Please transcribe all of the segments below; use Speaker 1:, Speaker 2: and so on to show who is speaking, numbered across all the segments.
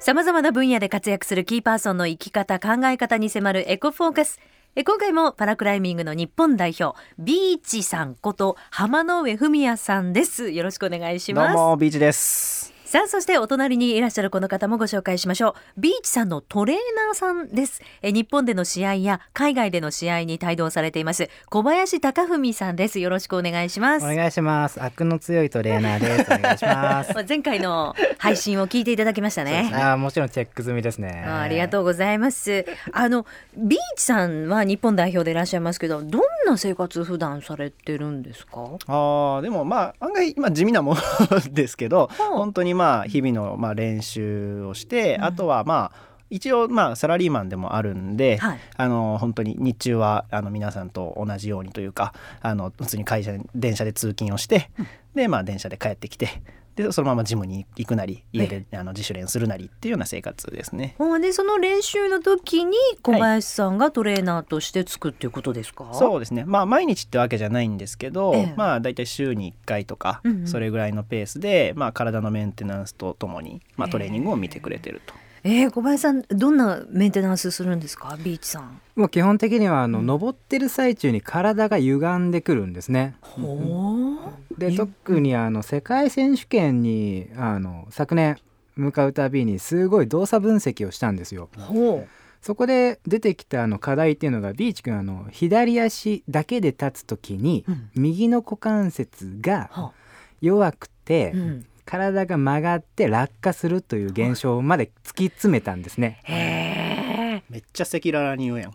Speaker 1: 様々な分野で活躍するキーパーソンの生き方、考え方に迫るエコフォーカス。え今回もパラクライミングの日本代表、ビーチさんこと浜野上文也さんです。よろしくお願いし
Speaker 2: どう
Speaker 1: ます。
Speaker 2: もビーチです。
Speaker 1: さあそしてお隣にいらっしゃるこの方もご紹介しましょうビーチさんのトレーナーさんですえ日本での試合や海外での試合に帯同されています小林貴文さんですよろしくお願いしま
Speaker 2: お
Speaker 1: す
Speaker 2: 願いします。悪の強いトレーナーです。お願いします。
Speaker 1: まあ前回の配信を聞いていただきました ね
Speaker 2: あーもちろんチェック済みですね。
Speaker 1: あありが
Speaker 2: う。
Speaker 1: とうございますあのビーチさんは日本代表でいらっしゃいますけどどんな生活普段されてるんですか
Speaker 3: あーでもまあ案外今地味なもの ですけど
Speaker 1: ほう
Speaker 3: 本当にまあ日々のまあ練習をして、
Speaker 1: うん
Speaker 3: あとはまあ一応まあサラリーマンでもあるんで、
Speaker 1: はい
Speaker 3: あの本当に日中はあの皆さんと同じようにというかあの普通に会社に電車で通勤をして、でまあ電車で帰ってきてでそのままジムに行くなり家であの自主練するなりっていうような生活ですね。
Speaker 1: ほうでその練習の時に小林さんがトレーナーとしてつくっていうことですか、
Speaker 3: そうですねまあ毎日ってわけじゃないんですけど、
Speaker 1: ええ
Speaker 3: まあ大体週に1回とか、
Speaker 1: うんうん
Speaker 3: それぐらいのペースで、まあ、体のメンテナンスとともに、まあ、
Speaker 1: ええ
Speaker 3: トレーニングを見てくれてると。
Speaker 1: えー、小林さんどんなメンテナンスするんですかビーチさん。
Speaker 4: もう基本的にはあの、
Speaker 1: うん
Speaker 4: 登ってる最中に体が歪んでくるんですね。
Speaker 1: ほ
Speaker 4: で
Speaker 1: ゆ
Speaker 4: 特にあの世界選手権にあの昨年向かうたびにすごい動作分析をしたんですよ。
Speaker 1: うほ
Speaker 4: そこで出てきたあの課題っていうのがビーチ君あの左足だけで立つ時に
Speaker 1: う。うん。
Speaker 4: 右の股関節が
Speaker 1: は
Speaker 4: 弱くて、
Speaker 1: うん。
Speaker 4: 体が曲がって落下するという現象まで突き詰めたんですね。
Speaker 1: へ
Speaker 3: めっちゃ赤裸々に言う やん。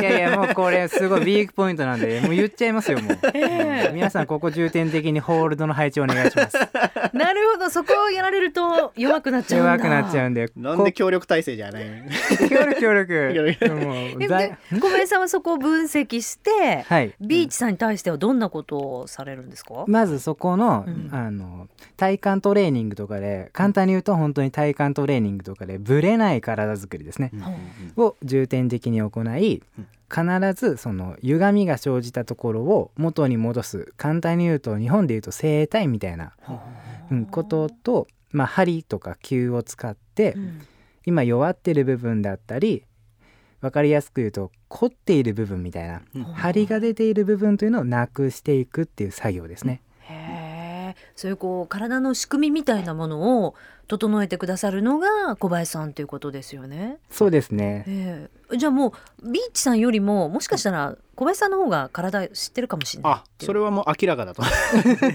Speaker 4: いやいやもうこれすごいビークポイントなんで もう言っちゃいますよもう、皆さんここ重点的にホールドの配置お願いします
Speaker 1: え。なるほどそこをやられると弱くなっちゃうんだ。
Speaker 4: 弱くなっちゃうんで
Speaker 3: なんで協力体制じゃ ないの
Speaker 4: こ協力協 力
Speaker 3: 協
Speaker 4: もう
Speaker 1: え。
Speaker 4: ざ
Speaker 1: で
Speaker 4: い
Speaker 1: 小林さんはそこを分析して、
Speaker 4: はい
Speaker 1: ビーチさんに対してはどんなことをされるんですか。
Speaker 4: まずそこの,、
Speaker 1: うん
Speaker 4: あの体幹トレーニングとかで簡単に言うと本当に体幹トレーニングとかでぶれない体づくりですね
Speaker 3: うんうんうん
Speaker 4: を重点的に行い必ずその歪みが生じたところを元に戻す簡単に言うと日本で言うと整体みたいなうん、ことと、まあ、針とか球を使って、
Speaker 1: うん
Speaker 4: 今弱ってる部分だったり分かりやすく言うと凝っている部分みたいな
Speaker 3: うん
Speaker 4: 針が出ている部分というのをなくしていくっていう作業ですね。
Speaker 1: へえ。そういうこう体の仕組みみたいなものを整えてくださるのが小林さんということですよね。
Speaker 4: そうですね
Speaker 1: ええじゃあもうビーチさんよりももしかしたら小林さんの方が体知ってるかもしれない
Speaker 3: あそれはもう明らかだと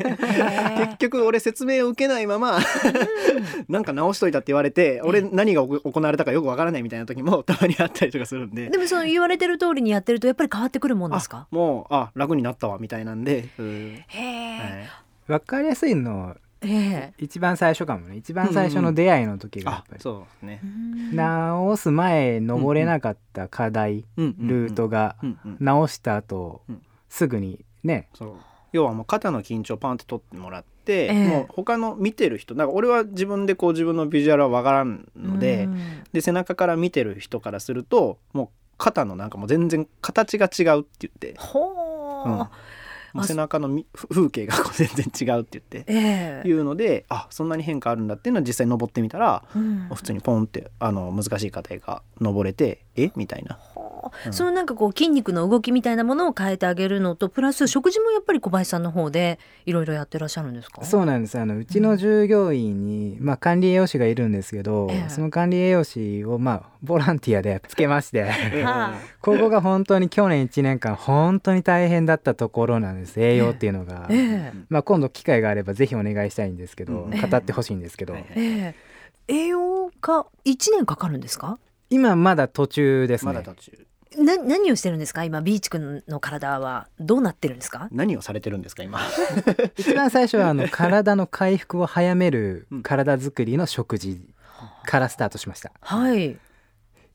Speaker 3: 結局俺説明を受けないまま なんか直しといたって言われて俺何がおこ行われたかよくわからないみたいな時も たまにあったりとかするんで
Speaker 1: でもその言われてる通りにやってるとやっぱり変わってくるもんですか
Speaker 3: あもうあ楽になったわみたいなんで、うん
Speaker 1: へえ、
Speaker 3: はい
Speaker 4: 分かりやすいの
Speaker 1: え
Speaker 4: 一番最初かもね一番最初の出会いの時がやっ
Speaker 3: あ
Speaker 4: ぱり、
Speaker 3: そうですね
Speaker 1: え、
Speaker 4: 直す前登れなかった課題、ルートが
Speaker 3: うんうん
Speaker 4: 直した後、
Speaker 3: うん
Speaker 4: すぐにね
Speaker 3: そう要はもう肩の緊張をパンって取ってもらって、
Speaker 1: ええ
Speaker 3: もう他の見てる人なんか俺は自分でこう自分のビジュアルは分からんので,、
Speaker 1: うん
Speaker 3: で背中から見てる人からするともう肩のなんかもう全然形が違うって言って、
Speaker 1: ほ
Speaker 3: う、
Speaker 1: うん
Speaker 3: もう背中のみふ風景がこう全然違うって言って。
Speaker 1: ええ
Speaker 3: いうのであそんなに変化あるんだっていうのは実際登ってみたら
Speaker 1: うん
Speaker 3: 普通にポンってあの難しい課題が登れてえみたいな
Speaker 1: ほう
Speaker 3: うん
Speaker 1: そのなんかこう筋肉の動きみたいなものを変えてあげるのとプラス食事もやっぱり小林さんの方でいろいろやってらっしゃるんですか
Speaker 4: そうなんですあのうちの従業員に、まあ、管理栄養士がいるんですけど、
Speaker 1: ええ
Speaker 4: その管理栄養士を、まあ、ボランティアでつけまして
Speaker 1: は
Speaker 4: ここが本当に去年1年間本当に大変だったところなんです栄養っていうのが
Speaker 1: あ、ええ
Speaker 4: まあ、今度機会があればぜひお願いしたいんですけど、
Speaker 3: うん
Speaker 4: 語ってほしいんですけど、
Speaker 3: はいはい
Speaker 1: ええ栄養が一年かかるんですか
Speaker 4: 今まだ途中ですね、
Speaker 3: まだ途中
Speaker 1: な何をしてるんですか今ビーチ君の体はどうなってるんですか
Speaker 3: 何をされてるんですか今
Speaker 4: 一番最初はあ の体の回復を早める
Speaker 3: うん
Speaker 4: 体づくりの食事からスタートしました
Speaker 1: はい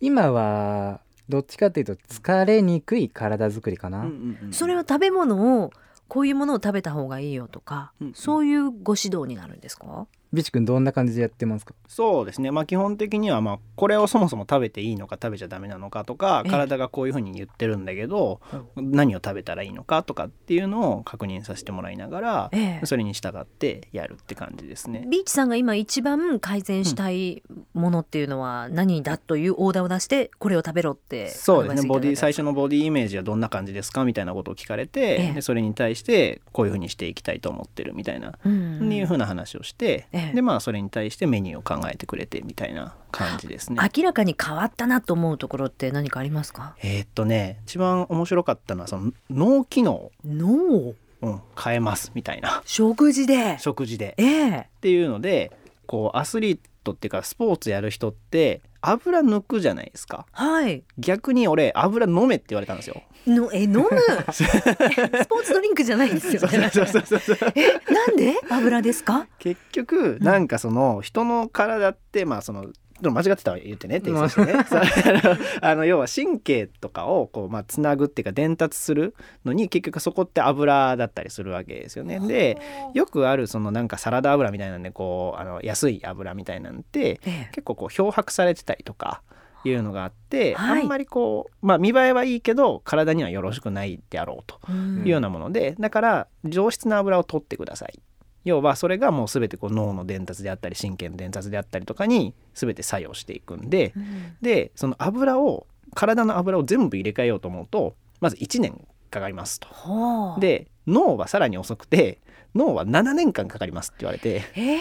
Speaker 4: 今はどっちかというと疲れにくい体づくりかな、
Speaker 1: それは食べ物をこういうものを食べた方がいいよとか、
Speaker 3: うん
Speaker 1: そういうご指導になるんですか
Speaker 4: ビチ君どんな感じでやってますか
Speaker 3: そうですねまあ基本的にはまあこれをそもそも食べていいのか食べちゃダメなのかとか
Speaker 1: ええ
Speaker 3: 体がこういうふうに言ってるんだけど何を食べたらいいのかとかっていうのを確認させてもらいながら
Speaker 1: ええ
Speaker 3: それに従ってやるって感じですね。
Speaker 1: ビーチさんが今一番改善したいものっていうのは何だというオーダーを出してこれを食べろって
Speaker 3: そうです
Speaker 1: ア
Speaker 3: ね
Speaker 1: ドバ
Speaker 3: ボ
Speaker 1: イスいただいた
Speaker 3: ディ最初のボディイメージはどんな感じですかみたいなことを聞かれて、
Speaker 1: ええ
Speaker 3: でそれに対してこういうふうにしていきたいと思ってるみたいな、
Speaker 1: うん
Speaker 3: っていうふうな話をして、
Speaker 1: ええ
Speaker 3: でまあそれに対してメニューを考えてくれてみたいな感じですね。
Speaker 1: 明らかに変わったなと思うところって何かありますか
Speaker 3: えーっとね一番面白かったのはその脳機能を、
Speaker 1: 脳
Speaker 3: うん、変えますみたいな
Speaker 1: 食事で
Speaker 3: 食事で
Speaker 1: ええ
Speaker 3: っていうのでこうアスリートっていうかスポーツやる人って油抜くじゃないですか
Speaker 1: はい
Speaker 3: 逆に俺油飲めって言われたんですよ。
Speaker 1: のえ飲 むえスポーツドリンクじゃないんですよね
Speaker 3: そうそう
Speaker 1: えなんで油ですか
Speaker 3: 結局なんかその人の体ってまあそのでも間違ってたら言ってねって言ってね。 そうあの要は神経とかをこうまあつなぐっていうか伝達するのに結局そこって油だったりするわけですよね。でよくあるそのなんかサラダ油みたいなんでこうあの安い油みたいなん
Speaker 1: え
Speaker 3: て
Speaker 1: え
Speaker 3: 結構こう漂白されてたりとか。いうのがあって、
Speaker 1: はい
Speaker 3: あんまりこう、まあ、見栄えはいいけど体にはよろしくないであろうと
Speaker 1: うん
Speaker 3: いうようなものでだから上質な油を取ってください要はそれがもう全てこう脳の伝達であったり神経の伝達であったりとかに全て作用していくんで
Speaker 1: うん
Speaker 3: でその油を体の油を全部入れ替えようと思うとまず1年かかりますと。
Speaker 1: ほう
Speaker 3: で脳はさらに遅くて脳は7年間かかりますって言われて
Speaker 1: ええ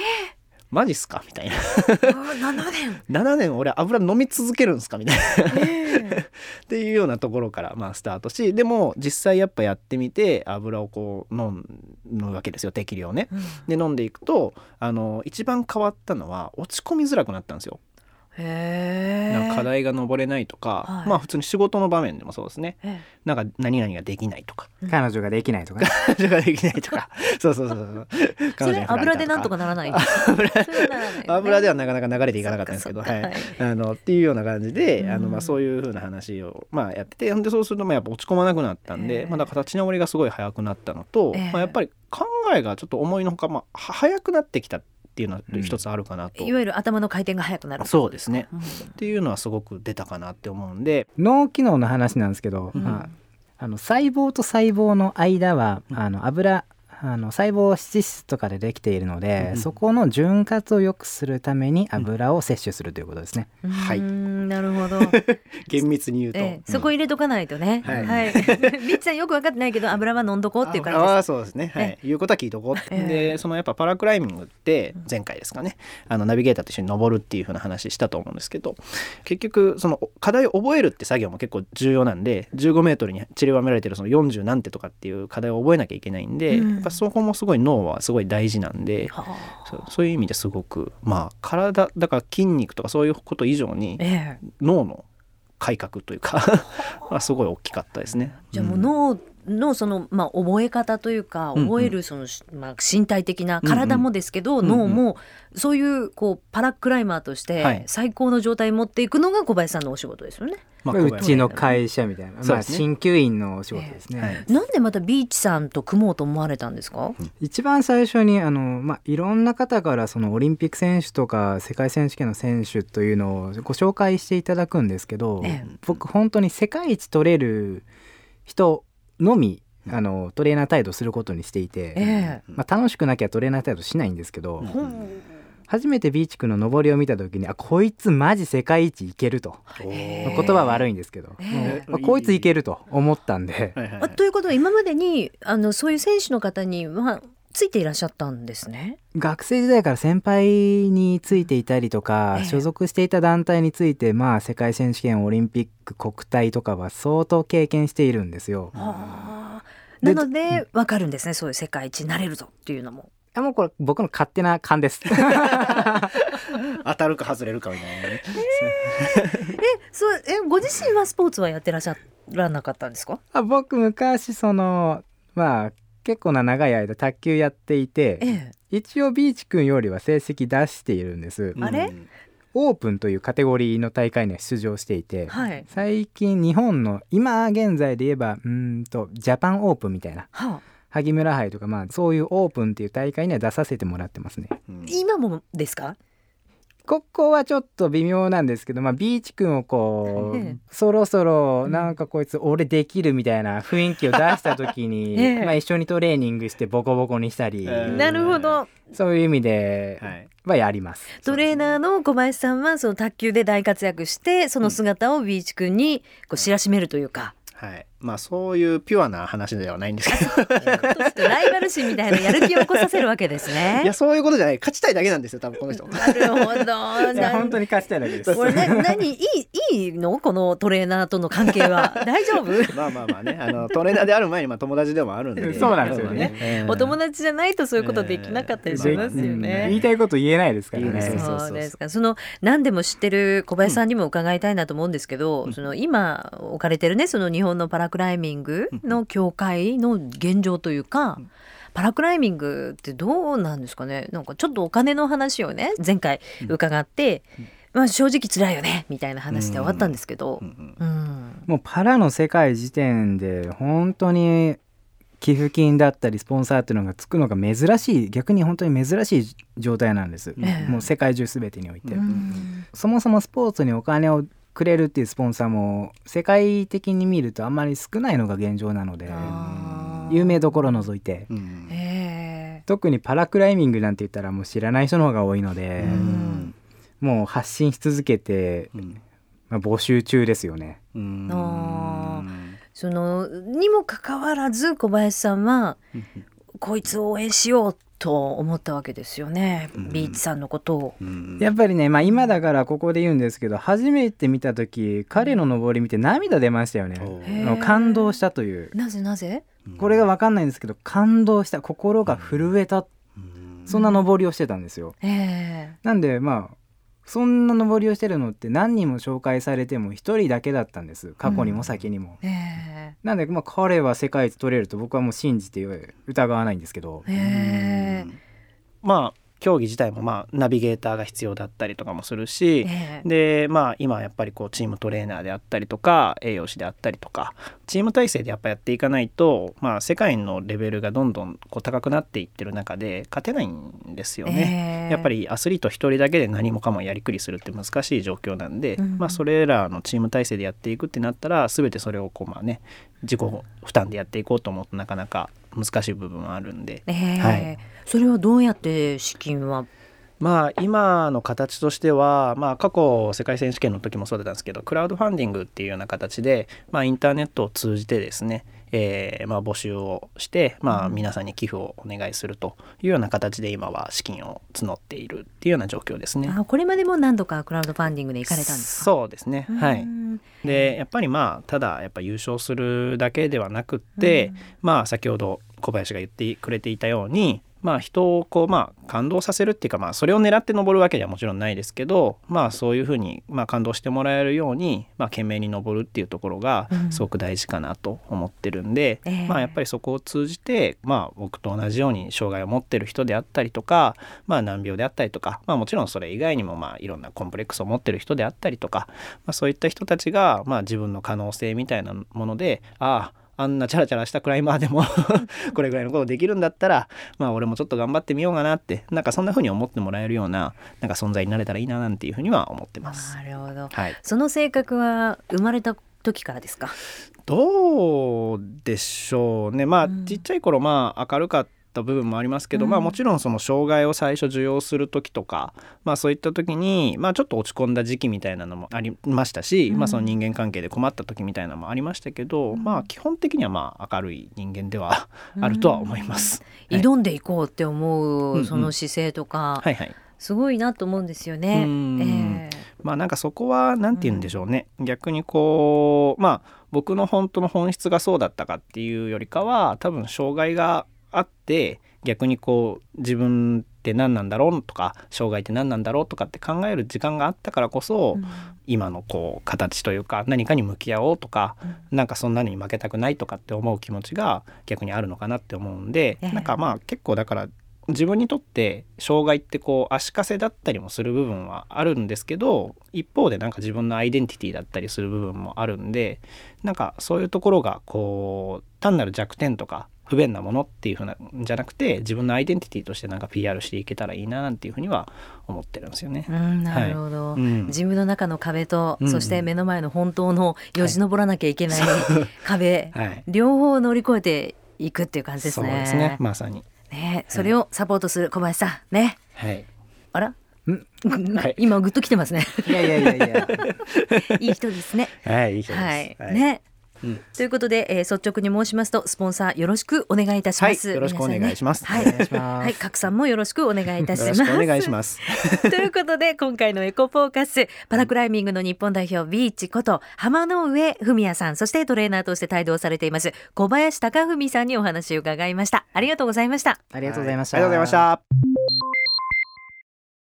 Speaker 3: マジっすかみたいな
Speaker 1: 7年
Speaker 3: 7年俺油飲み続けるんすかみたいな
Speaker 1: ええ
Speaker 3: っていうようなところからまあスタートしでも実際やっぱやってみて油をこう飲むわけですよ適量ね。
Speaker 1: うん
Speaker 3: で飲んでいくとあの一番変わったのは落ち込みづらくなったんですよ。
Speaker 1: へえ
Speaker 3: なんか課題が登れないとか、
Speaker 1: はい
Speaker 3: まあ普通に仕事の場面でもそうですね。
Speaker 1: え
Speaker 3: なんか何々ができないとか、
Speaker 1: うん
Speaker 4: 彼女ができないとか、ね、
Speaker 3: 彼女ができないとか、そうそうそうそう。
Speaker 1: えそれ油でなんとかならないそれはならない
Speaker 3: 油ではなかなか流れていかなかったんですけど、
Speaker 1: そっか
Speaker 3: は
Speaker 1: そっか
Speaker 3: い。あのっていうような感じで、あの
Speaker 1: うん
Speaker 3: まあそういう風な話をまあやってて、でそうするとまあやっぱ落ち込まなくなったん
Speaker 1: え
Speaker 3: で、
Speaker 1: ー
Speaker 3: まあだから立ち直りがすごい早くなったのと、
Speaker 1: えー
Speaker 3: まあやっぱり考えがちょっと思いのほかまあは早くなってきたっていうのは一つあるかなと。
Speaker 1: いわゆる頭の回転が速くなる
Speaker 3: そうですね。
Speaker 1: うん
Speaker 3: っていうのはすごく出たかなって思うんで、
Speaker 4: 脳機能の話なんですけど、
Speaker 1: うん
Speaker 4: まあ、あの細胞と細胞の間はあの油あの細胞は脂質とかでできているので、
Speaker 3: うん
Speaker 4: そこの潤滑を良くするために油を摂取するということですね。
Speaker 3: はい
Speaker 1: うんなる ほど、
Speaker 3: 厳密に言うと、
Speaker 1: ええ、そこ
Speaker 3: い
Speaker 1: 入れとかないとね、
Speaker 3: はい
Speaker 1: はい、ビッチさんよく分かってないけど油は飲んどこうっていう感じです
Speaker 3: ああそうですね。はい。いうことは聞いとこう。
Speaker 1: ええ
Speaker 3: で、そのやっぱパラクライミングって前回ですかね。あのナビゲーターと一緒に登るっていう風な話したと思うんですけど、結局その課題を覚えるって作業も結構重要なんで、15メートルに散りばめられてるその40何手とかっていう課題を覚えなきゃいけないんで、
Speaker 1: うん
Speaker 3: やっぱそこもすごい脳はすごい大事なんで。
Speaker 1: はあ
Speaker 3: そうそういう意味ですごくまあ体だから筋肉とかそういうこと以上に
Speaker 1: ええ、
Speaker 3: 脳の改革というか まあすごい大きかったですね。
Speaker 1: じゃあもう
Speaker 3: うん
Speaker 1: 脳のその、まあ、覚え方というか
Speaker 3: うんうん
Speaker 1: 覚えるその、しまあ、身体的な
Speaker 3: うんうん
Speaker 1: 体もですけど、
Speaker 3: うんうん
Speaker 1: 脳もそういうこうパラクライマーとし
Speaker 3: は
Speaker 1: て
Speaker 3: い
Speaker 1: 最高の状態に持っていくのが小林さんのお仕事ですよね。
Speaker 3: まあ
Speaker 4: まあ
Speaker 3: 小
Speaker 4: う
Speaker 3: 林
Speaker 4: ちの会社みたいな、
Speaker 3: そうで
Speaker 4: まあ、
Speaker 3: すね
Speaker 4: 鍼灸院のお仕事ですね。
Speaker 3: はい
Speaker 1: なんでまたビーチさんと組もうと思われたんですか、
Speaker 4: 一番最初にあの、まあ、いろんな方からそのオリンピック選手とか世界選手権の選手というのをご紹介していただくんですけど、
Speaker 1: ええ
Speaker 4: 僕本当に世界一取れる人のみ
Speaker 3: うん
Speaker 4: あのトレーナー態度することにしていて、
Speaker 1: え
Speaker 4: まあ、楽しくなきゃトレーナー態度しないんですけど、
Speaker 3: うん
Speaker 1: ほう
Speaker 4: 初めてビーチ君の上りを見た時にあこいつマジ世界一いけると、
Speaker 3: おー
Speaker 1: え
Speaker 4: 言
Speaker 1: え
Speaker 4: 葉は悪いんですけど、
Speaker 1: ええ
Speaker 4: まあ、こいついけると思ったんで。
Speaker 3: はいはいは
Speaker 1: あ
Speaker 3: い
Speaker 1: ということは今までにあのそういう選手の方にはついていらっしゃったんですね。
Speaker 4: 学生時代から先輩についていたりとか、
Speaker 1: ええ
Speaker 4: 所属していた団体についてまあ世界選手権オリンピック国体とかは相当経験しているんですよ。
Speaker 1: はあな
Speaker 4: で
Speaker 1: のでわかるんですねそういう世界一になれるぞっていうのも。
Speaker 4: あもうこれ僕の勝手な勘です。
Speaker 3: 当たるか外れるかみたいなね。
Speaker 1: そうえご自身はスポーツはやってらっしゃらなかったんですか、
Speaker 4: あ僕昔そのまあ結構な長い間卓球やっていて
Speaker 1: え
Speaker 4: 一応ビーチ君よりは成績出しているんです。
Speaker 1: あれ
Speaker 3: うん
Speaker 4: オープンというカテゴリーの大会には出場していて、
Speaker 1: え、はい、
Speaker 4: 最近日本の今現在で言えばうーんとジャパンオープンみたいな
Speaker 1: はあ、
Speaker 4: 萩村杯とか、まあ、そういうオープンっていう大会には出させてもらってますね。
Speaker 3: うん
Speaker 1: 今もですか
Speaker 4: ここはちょっと微妙なんですけど、まあ、ビーチ君をこ
Speaker 1: ええ
Speaker 4: うそろそろなんかこいつ俺できるみたいな雰囲気を出した時 に、
Speaker 1: ええ
Speaker 4: まあ、一緒にトレーニングしてボコボコにしたり、
Speaker 3: えうんえ
Speaker 1: なるほど
Speaker 4: そういう意味で
Speaker 3: はい
Speaker 4: はやります。
Speaker 1: トレーナーの小林さんはその卓球で大活躍してその姿をビーチ君にこう知らしめるというか、
Speaker 3: はい、まあそういうピュアな話ではないんですけど
Speaker 1: ライバル心みたいなやる気を起こさせるわけです
Speaker 3: いや
Speaker 1: ね。
Speaker 3: そういうことじゃない勝ちたいだけなんですよ多分この人
Speaker 1: なるほど。
Speaker 4: いや
Speaker 1: な
Speaker 4: 本
Speaker 1: ん
Speaker 4: 当に勝ちたい だけです。
Speaker 1: これな何いいいいのこのトレーナーとの関係は大丈 夫？
Speaker 3: まあまあまあねあのトレーナーである前にまあ友達でもあるんで
Speaker 4: そうなんですよね
Speaker 3: ええ
Speaker 1: お友達じゃないとそういうことできなかったりしますよ
Speaker 4: うん
Speaker 1: ね。
Speaker 4: 言いたいこと言えないですから
Speaker 3: 言えないです
Speaker 4: ね。
Speaker 1: そうですか。その何でも知ってる小林さんにも伺いたいなと思うんですけど、その今置かれてるねその日本のパラクライミングの協会の現状というか、パラクライミングってどうなんですかね。なんかちょっとお金の話をね前回伺って、まあ正直辛いよねみたいな話で終わったんですけど
Speaker 3: う、ん
Speaker 1: うん
Speaker 4: もうパラの世界時点で本当に寄付金だったりスポンサーっていうのがつくのが珍しい逆に本当に珍しい状態なんです、
Speaker 1: ええ
Speaker 4: もう世界中全てにおいて、
Speaker 1: うん
Speaker 4: そもそもスポーツにお金をくれるっていうスポンサーも世界的に見るとあんまり少ないのが現状なので
Speaker 1: あー
Speaker 4: 有名どころ除いて
Speaker 3: うんうん
Speaker 1: え
Speaker 4: 特にパラクライミングなんて言ったらもう知らない人の方が多いの
Speaker 1: え
Speaker 4: で
Speaker 1: う、ん
Speaker 4: もう発信し続けて、
Speaker 3: うん
Speaker 4: まあ、募集中ですよね。
Speaker 3: うん
Speaker 1: あそのにもかかわらず小林さんはこいつを応援しようと思ったわけですよね、
Speaker 3: うん
Speaker 1: ビーチさんのことを。
Speaker 3: うん
Speaker 4: やっぱりね、まあ、今だからここで言うんですけど初めて見た時彼の登り見て涙出ましたよね。
Speaker 3: おう
Speaker 1: へ
Speaker 4: あ
Speaker 1: え
Speaker 4: の感動したという
Speaker 1: なぜなぜ
Speaker 4: これが分かんないんですけど感動した心が震えた
Speaker 3: うん
Speaker 4: そんな登りをしてたんですよ。
Speaker 1: え
Speaker 4: なんでまあそんな登りをしてるのって何人も紹介されても一人だけだったんです過去にも先にも。
Speaker 1: ええ
Speaker 4: なんでまあ彼は世界一取れると僕はもう信じて疑わないんですけど
Speaker 1: ええ
Speaker 3: まあ競技自体もまあナビゲーターが必要だったりとかもするし、
Speaker 1: ええ
Speaker 3: でまあ今やっぱりこうチームトレーナーであったりとか栄養士であったりとかチーム体制でやっぱやっていかないと、まあ、世界のレベルがどんどんこう高くなっていってる中で勝てないんですよね。
Speaker 1: ええ
Speaker 3: やっぱりアスリート一人だけで何もかもやりくりするって難しい状況なんで、
Speaker 1: うん
Speaker 3: まあ、それらのチーム体制でやっていくってなったら全てそれをこうまあね自己負担でやっていこうと思うとなかなか難しい部分はあるんで、
Speaker 1: ええ
Speaker 3: はい
Speaker 1: それはどうやって資金は
Speaker 3: まあ今の形としては、まあ、過去世界選手権の時もそうだったんですけどクラウドファンディングっていうような形で、まあ、インターネットを通じてですね、えーまあ、募集をして、まあ、皆さんに寄付をお願いするというような形で今は資金を募っているっていうような状況ですね。
Speaker 1: あこれまでも何度かクラウドファンディングで行かれたんですか
Speaker 3: そうですね、は
Speaker 1: う
Speaker 3: い、
Speaker 1: ん
Speaker 3: でやっぱりまあただやっぱ優勝するだけではなくって、まあ先ほど小林が言ってくれていたようにまあ人をこうまあ感動させるっていうかまあそれを狙って登るわけではもちろんないですけどまあそういうふうにまあ感動してもらえるようにまあ懸命に登るっていうところが
Speaker 1: うん
Speaker 3: すごく大事かなと思ってるんで、
Speaker 1: ええ
Speaker 3: まあやっぱりそこを通じてまあ僕と同じように障害を持ってる人であったりとかまあ難病であったりとかまあもちろんそれ以外にもまあいろんなコンプレックスを持ってる人であったりとかまあ、そういった人たちが、まあ、自分の可能性みたいなものであああんなチャラチャラしたクライマーでも これぐらいのことできるんだったらまあ俺もちょっと頑張ってみようかなってなんかそんな風に思ってもらえるようななんか存在になれたらいいななんていう風には思ってます。
Speaker 1: なるほど
Speaker 3: はい、
Speaker 1: その性格は生まれた時からですか
Speaker 3: どうでしょうねまあ、
Speaker 1: うん
Speaker 3: ちっちゃい頃まあ明るかった部分もありますけど、
Speaker 1: うん
Speaker 3: まあもちろんその障害を最初受容する時とかまあそういった時にまあちょっと落ち込んだ時期みたいなのもありましたし、
Speaker 1: うん
Speaker 3: まあその人間関係で困った時みたいなのもありましたけど、
Speaker 1: うん
Speaker 3: まあ基本的にはまあ明るい人間ではあるとは思います。はい
Speaker 1: 挑んでいこうって思
Speaker 3: うんう
Speaker 1: うんその姿勢とか、
Speaker 3: はいはい。
Speaker 1: すごいなと思うんですよね
Speaker 3: う。ん
Speaker 1: え
Speaker 3: まあなんかそこは何て言うんでしょうね、逆にこうまあ僕の本当の本質がそうだったかっていうよりかは多分障害があって逆にこう自分って何なんだろうとか障害って何なんだろうとかって考える時間があったからこそ、
Speaker 1: え
Speaker 3: 今のこう形というか何かに向き合おうとか、なんかそんなのに負けたくないとかって思う気持ちが逆にあるのかなって思うんで、
Speaker 1: ええ
Speaker 3: なんかまあ結構だから自分にとって障害ってこう足かせだったりもする部分はあるんですけど一方でなんか自分のアイデンティティだったりする部分もあるんでなんかそういうところがこう単なる弱点とか不便なものっていうふうなんじゃなくて自分のアイデンティティとしてなんか PR していけたらいいななんていうふうには思ってるんですよね。
Speaker 1: うん、なるほど、
Speaker 3: うん
Speaker 1: 自分の中の壁と、
Speaker 3: うん
Speaker 1: そして目の前の本当のよじ登らなきゃいけない壁、
Speaker 3: はい、
Speaker 1: 両方乗り越えていくっていう感じです
Speaker 3: そう
Speaker 1: ね。
Speaker 3: ですねまさに、
Speaker 1: ねそれをサポートする小林さんね。
Speaker 3: はい、
Speaker 1: あら
Speaker 4: ん
Speaker 3: はい
Speaker 1: 今グッときて ますね。
Speaker 4: いやいやいやいや
Speaker 1: いい人ですね。
Speaker 3: はい、いい人です。
Speaker 1: はい、
Speaker 3: はい
Speaker 1: ね。
Speaker 3: うん
Speaker 1: ということで、えー率直に申しますとスポンサーよろしくお願いいたします。
Speaker 3: はいよろしくお願いします
Speaker 1: 皆さんね
Speaker 3: お
Speaker 1: はい、はい、拡散もよろしくお願いいたし
Speaker 3: よ
Speaker 1: ま
Speaker 3: ろ
Speaker 1: す。
Speaker 3: しくお願いします。
Speaker 1: ということで今回のエコフォーカスパラクライミングの日本代表ビーチこと浜之上文也さんそしてトレーナーとして帯同されています小林貴文さんにお話を伺いましたありがとうございました
Speaker 4: ありがとうございました、
Speaker 3: ありがとうございました。